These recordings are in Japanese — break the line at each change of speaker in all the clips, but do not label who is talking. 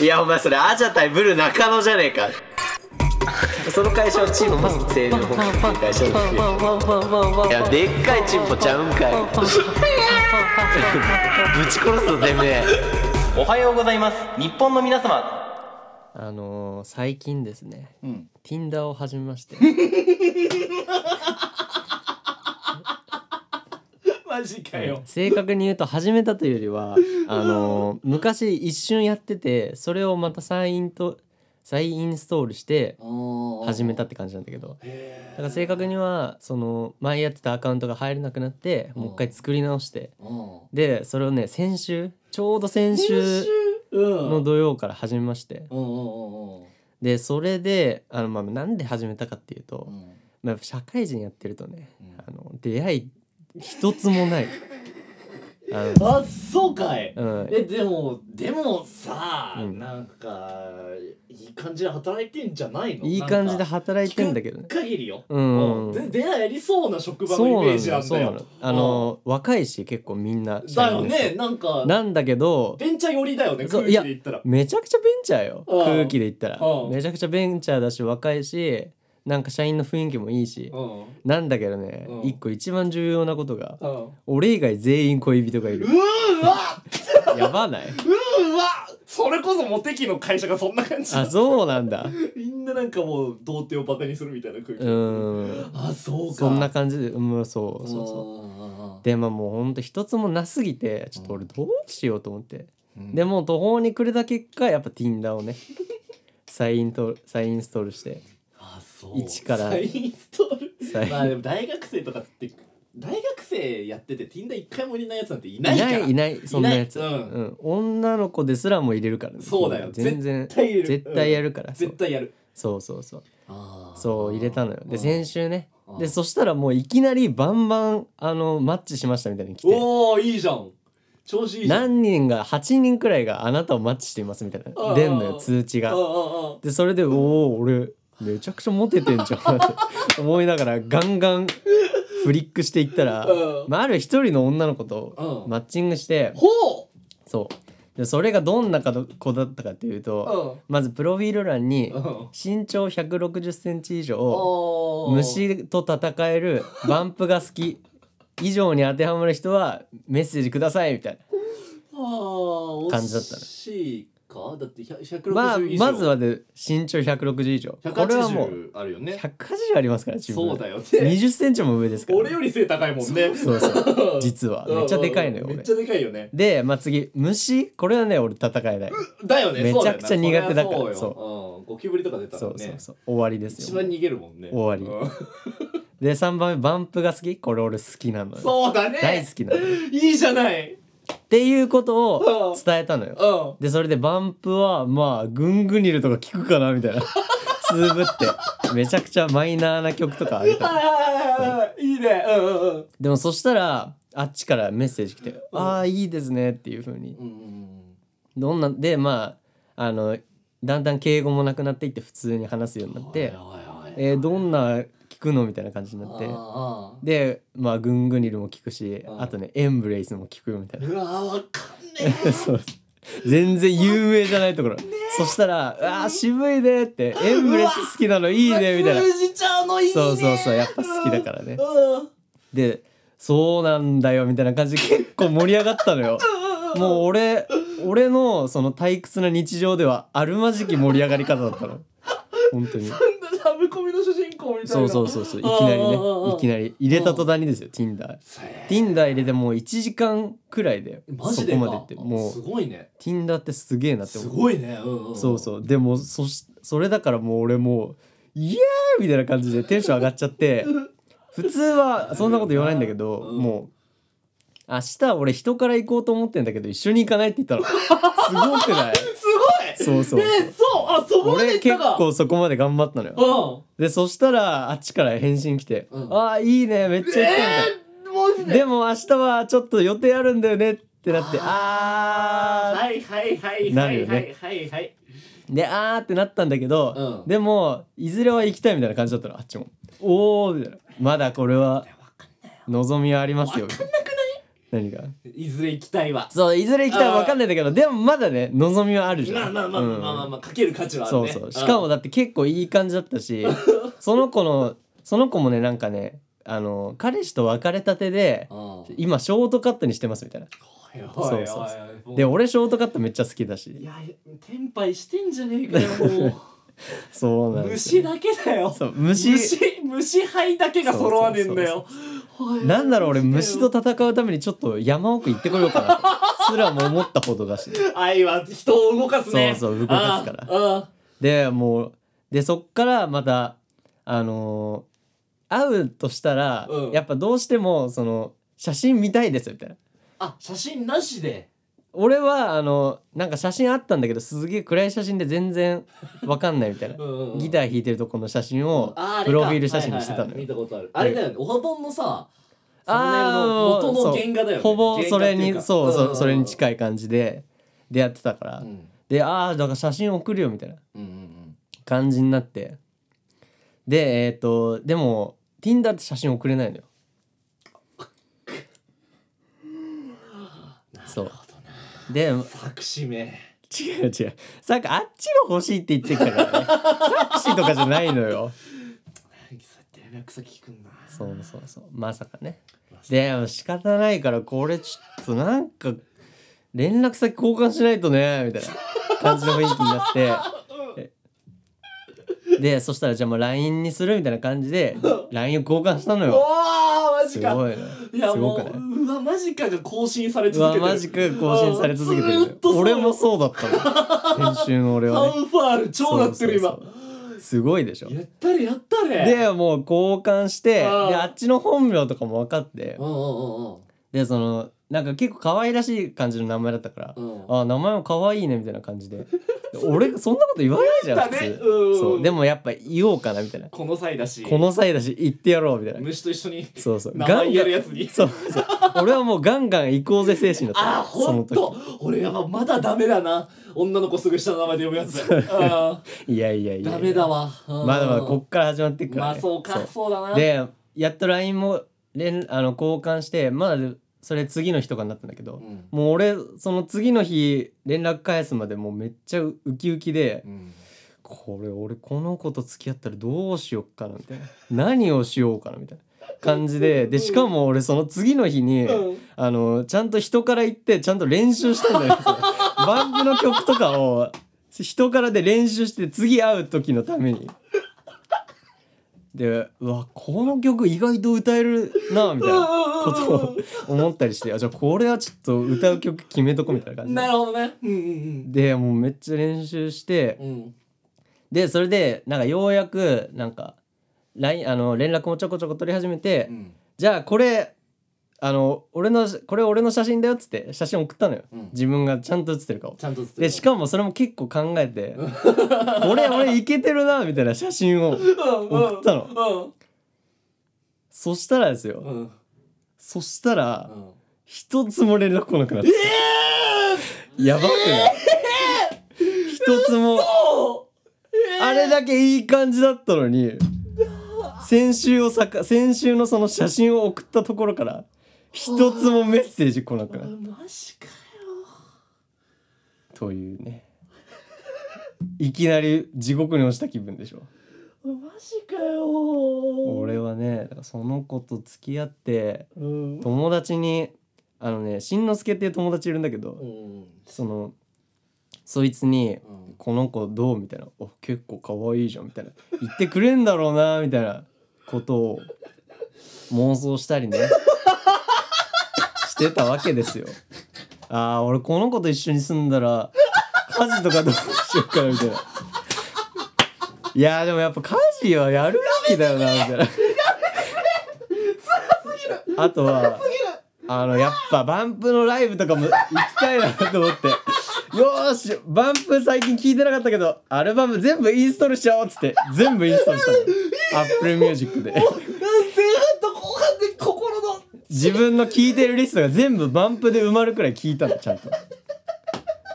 いやお前それアジャ対ブル中野じゃねえかその会社はチンポ製の保険っていう会社なんですよいやでっかいチンポちゃうんかい ぶち殺すぞてめえ
おはようございます日本の皆様
あのー最近ですね、
うん
Tinder を始めまして
マジかよ
正確に言うと始めたというよりはあのー昔一瞬やっててそれをまた再インと再インストールして始めたって感じなんだけどだから正確にはその前やってたアカウントが入れなくなってもう一回作り直してでそれをね先週ちょうど先週
うん
の土曜から始めまして
うんうんうん
でそれであの、まあ、なんで始めたかっていうと、
うん
まあ、社会人やってるとね、あの出会い一つも ないあ
あそうかい、
の、うん、
えでもでもさ、
うん
なんかいい感じで働いてんじゃないの
いい感じで働いてんだけど
ね
ね
限りよ、
うん
で出会いありそうな職場
そう
のイメ
な
ージなん
のそう
だ
な
よ
のあの若いし結構みんな
うんだよねなんか
なんだけど
ベンチャー寄りだよね
そう
空気で言ったら
めちゃくちゃベンチャーよ
うん
空気で言ったら
うん
めちゃくちゃベンチャーだし若いしなんか社員の雰囲気もいいし
うんうん
なんだけどね
うん
一個一番重要なことが
うわ
俺以外全員恋人がいる
うわ
やばないう
わそれこそモテ期の会社がそんな感じ
あそうなんだ
みんななんかもう童貞をバカにするみたいな空気、
うん
あそうか
そんな感じでうんそうそうそう
そ
でまあもうほんと一つもなすぎてちょっと俺どうしようと思って、
うん
でもう途方に暮れた結果やっぱ Tinder をね再イント再インストールして
あそう
一から
再インストール
再
まあでも大学生とかって大学生やってて Tinder 一回もいないやつなんてい
い
ないから
いないそんなやつ
いないうん
うん女の子ですらも入れるからね
そうだよ
Tinder 全然
絶対やる
絶対やるから、そう
絶対やる
そうそうそう
あー
そう入れたのよで先週ね
うん
でそしたらもういきなりバンバンあのマッチしましたみたいに来て
おおいいじゃん調子いいじゃ
何
ん
人が8人くらいがあなたをマッチしていますみたい
あ
な
ー
出んのよ通知が
あーあ
でそれで「おお俺めちゃくちゃモテてんじゃん」 って思いながらガンガンフリックしていったら、
うん
まあ、ある一人の女の子
う
と
ん
マッチングして
ー、ほ
そうでそれがどんな子だったかっていう
う
と、
う
まずプロフィール欄に
んうん
身長1 6 0ンチ以上
おー
虫と戦えるバンプが好き以上に当てはまる人はメッセージくださいみたいな。
あー
感じだったの
惜しいかだって100 160以上
まあまずはで身長160以上これはもう
180あるよね
180ありますから自分
そうだよね
2 0センチも上ですから
俺より背高いもんね
そうそう実はめっちゃでかいのよ
めっ
俺
ちゃでかいよね
でまあ次虫これはね俺戦えない
だよね
めちゃくちゃ苦手だから
そうよ
そ
うんゴキブリとか出たらね
そうそうそう終わりです
一
よ
番逃げるもんね
終わ
り
で3番目バンプが好きこれ俺好きなのよ
そうだね
大好きなのよ
いいじゃない
っていうことを伝えたの
う
よ
ん
でそれでバンプはまあグングニルとか聞くかなみ たいなつぶってめちゃくちゃマイナーな曲とかあげた
あーいいねうんうんうん
でもそしたらあっちからメッセージ来て「ああいいですね」っていう風に
うんうん
どんなでまああのだんだん敬語もなくなっていって普通に話すようになっ
おい
て
おいおい
えーどんな聞くのみたいな感じになって
あー
でまあグングニルも聞くし
あー
あとねエンブレイスも聞くよみたいな
うわーわかんね
そう全然有名じゃないところそしたら「あー渋いね」って「エンブレイス好きなの いいね」
え
みたいな
数字ちゃうのいいね
そうそうそうやっぱ好きだからね
うん
でそうなんだよみたいな感じで結構盛り上がったのよもう俺俺のその退屈な日常ではあるまじき盛り上がり方だったの本当に
ラブコメの主人公みたいな
そうそうそうそういきなり
あ
ね
ーあーあー
いきなり入れた途端にですよ TinderTinder 入れてもう1時間くらいで
マ
そ
ジ
こ
でか
までっても
す
う
ごいね
Tinder ってすげえなって
す
思う
ごいねうんうん
そうそうでもそしそれだからもう俺もうイエーイみたいな感じでテンション上がっちゃ って普通はそんなこと言わないんだけど、
うん
もう明日俺人から行こうと思ってんだけど一緒に行かないって言った のすごくない
すご
そ
い
うそう
ねえそうあそこまで
俺
行った
結
か
構そこまで頑張ったのよでそしたらあっちから返信来て「
うん
ああいいねめっちゃ行き
うん
たいんだ
えー、マジで
でも明日はちょっと予定あるんだよね」ってなって「あー
はいはいはい
な
は
るよ
いはい
ね
はいはい
であーってなったんだけど、
うん
でもいずれは行きたいみたいな感じだったのあっちもおおみたいなまだこれは望みはありますよみたいな何が
いずれ行きたいわ
そういずれ行きたい
あー
分かんないんだけどでもまだね望みはあるじ
ま
ゃ
あ
ん
まあまあまあまあまあ、かける価値はあ
そ
る
う
ね
そうしかもだって結構いい感じだった しその子のその子もねなんかねあの彼氏と別れたてで
うんうん
今ショートカットにしてますみたいな
おいおい
そ
お
う
い
そう
おい
で俺ショートカットめっちゃ好きだ
い
し
や転廃してんじゃねえかよも
そうなん
う
ですよ
虫だけだよ
そう虫
虫虫灰だけが揃わねえんだよおいおい
なんだろう俺虫と戦うためにちょっと山奥行ってこようかなと すらも思ったほどだし
愛は人を動かすね
そうそう動かすから
ああ
でもうでそっからまたあのー会うとしたら、
うん
やっぱどうしてもその写真見たいですみたいな
ああ写真なしで
俺はあのなんか写真あったんだけどすげえ暗い写真で全然わかんないみたいな
うんうんうん
ギター弾いてるとこの写真を
ああれか
プロフィール写真にしてた
はい
の
はいはい見
よ
たことあるあれだよねおはぼんのさ
あー
その元の原画だよね
ほぼそれにそうそそれに
い
近い感じで出会ってたから、
うん
でああだから写真送るよみたいな
うんうん
感じになってでえっ、とでも Tinder って写真送れないのよそうで
作詞名
違う違うさっきあっちが欲しいって言ってきたからね サクシーとかじゃないのよ
そうやって連絡先聞くんな
そうそうそうまさかねでも仕方ないからこれちょっとなんか連絡先交換しないとねみたいな感じの雰囲気になってえでそしたらじゃあもう LINE にするみたいな感じで LINE を交換したの
う
よ
わーマジ
す
か
ごいね
いや
す
も
ご
う
くないう
わマジかが更新され
う
続け
わ
てる
マジか更新され続けてる
ずーっとそう
よ俺もそうだったの先週の俺
フ
はね
ァンファール超なってる今
そうそうすごいでしょ
やったれやったれ
でもう交換してで
あー
あっちの本名とかも分かって
うんうん
でそのなんか結構可愛らしい感じの名前だったから、
うんうん
あ名前も可愛いねみたいな感じでで俺そんなこと言わないじゃん
だ
普
ね
通、
うん
そうでもやっぱ言おうかなみたいな
この際だし
この際だし言ってやろうみたいな
虫と一緒に
そうそう
名前やるやつに
そうそう俺はもうガンガン行こうぜ精神だった
あーほんと俺やっぱまだダメだな女の子すぐ下の名前で呼ぶやつあ
いやいやいや
ー
いや
ダメだわうん
まだまだこっから始まっていくから、
ま
ね、
あそうかそうだな
でやっと LINE も連あの交換してまだそれ次の日とかになったんだけど、
うん
もう俺その次の日連絡返すまでもうめっちゃウキウキで、
うん
これ俺この子と付き合ったらどうしよっかなみたいな何をしようかなみたいな感じででしかも俺その次の日に、
うん
あのちゃんと人から言ってちゃんと練習したんだよバンプの曲とかを人からで練習して次会う時のためにでうわこの曲意外と歌えるなみたいなことを思ったりしてあじゃあこれはちょっと歌う曲決めとこうみたいな感じで
なるほどねうんうん
でもうめっちゃ練習して、
うんうん
でそれでなんかようやくなんか LINE あの連絡もちょこちょこ取り始めて、
うん
じゃあこれあの俺のこれ俺の写真だよっつって写真送ったのよ、
うん
自分がちゃんと写ってる顔
ちゃんと
でしかもそれも結構考えてこれ俺イケてるなみたいな写真を送ったの
も
そしたらですよ、
うんうん
そしたら
うん
一つも連絡来なくなった、やばくない、一つも
お
あれだけいい感じだったのに先週をさか先週のその写真を送ったところから一つもメッセージ来なくなる
マジか
というねいきなり地獄に落ちた気分でしょ
よマジかよ
俺はねだからその子と付き合って
うん
友達にあのねしんのすけっていう友達いるんだけ
う
ど
ん
そのそいつに
うん
「この子どう?」みたいな「お結構可愛いじゃん」みたいな「言ってくれんだろうな」みたいなことを妄想した りねしてたわけですよ。あー俺この子と一緒に住んだら家事とかどうしようかなみたいな。いやーでもやっぱ家事はやるべきだよなみたいな。あとはあのやっぱバンプのライブとかも行きたいなと思って。よーしバンプ最近聞いてなかったけどアルバム全部インストールしちゃおうっつって全部インストールしたのアップルミュージックで
前半と後半で心の
自分の聴いてるリストが全部バンプで埋まるくらい聞いたのちゃんと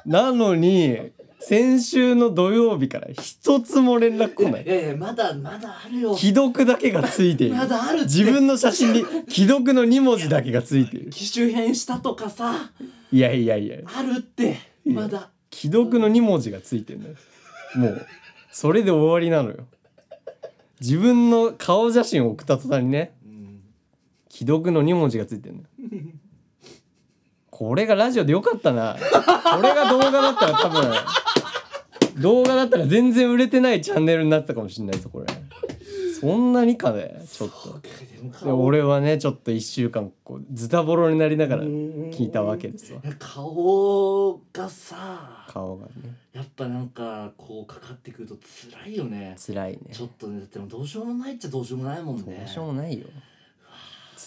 なのに先週の土曜日から一つも連絡来ない
いやいやまだまだあるよ
既読だけがついている
まだあるって
自分の写真に既読の2文字だけがついている
機種変したとかさ
いやいやいや
あるってまだ
既読の2文字がついてんだよもうそれで終わりなのよ自分の顔写真を送った途端にね既読の2文字がついてんだよこれがラジオでよかったなこれが動画だったら多分動画だったら全然売れてないチャンネルになってたかもしんないぞこれそんなにかねちょっとで俺はねちょっと1週間こうズタボロになりながら聞いたわけですわ
顔がさ
顔がね
やっぱなんかこうかかってくると辛いよね
辛いね
ちょっとねだってもうどうしようもないっちゃどうしようもないもんね
どうしようもないよ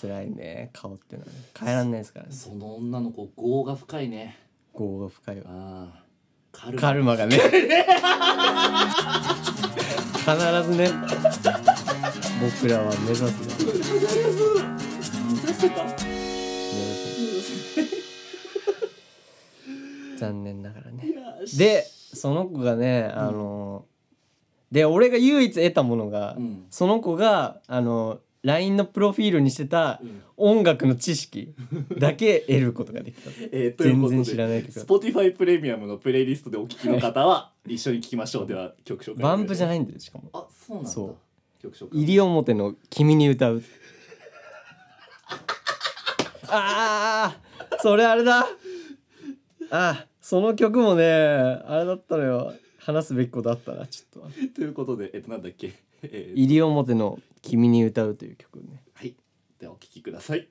辛いね顔って のはね変えらんないですからね
その女の子業が深いね
業が深いわ
ああカルマ
カルマがね必ずね僕らは目指すね目指す残念ながらねでその子がねあの、で俺が唯一得たものが、
うん
その子があの LINE のプロフィールにしてた
ん
音楽の知識だけ得ることができた
え ーということで
全然知らない曲だ
Spotify プレミアムのプレイリストでお聴きの方は一緒に聴きましょうでは曲紹介
バンプじゃないいんだよしかも
あそうなんだ
そう
曲紹介
西表の君に歌 うああそれあれだあその曲もねあれだったのよ話すべきことあったなちょっと
ということでえっとなんだっけ、えー
西表の君に歌うという曲ね
はいではお聴きください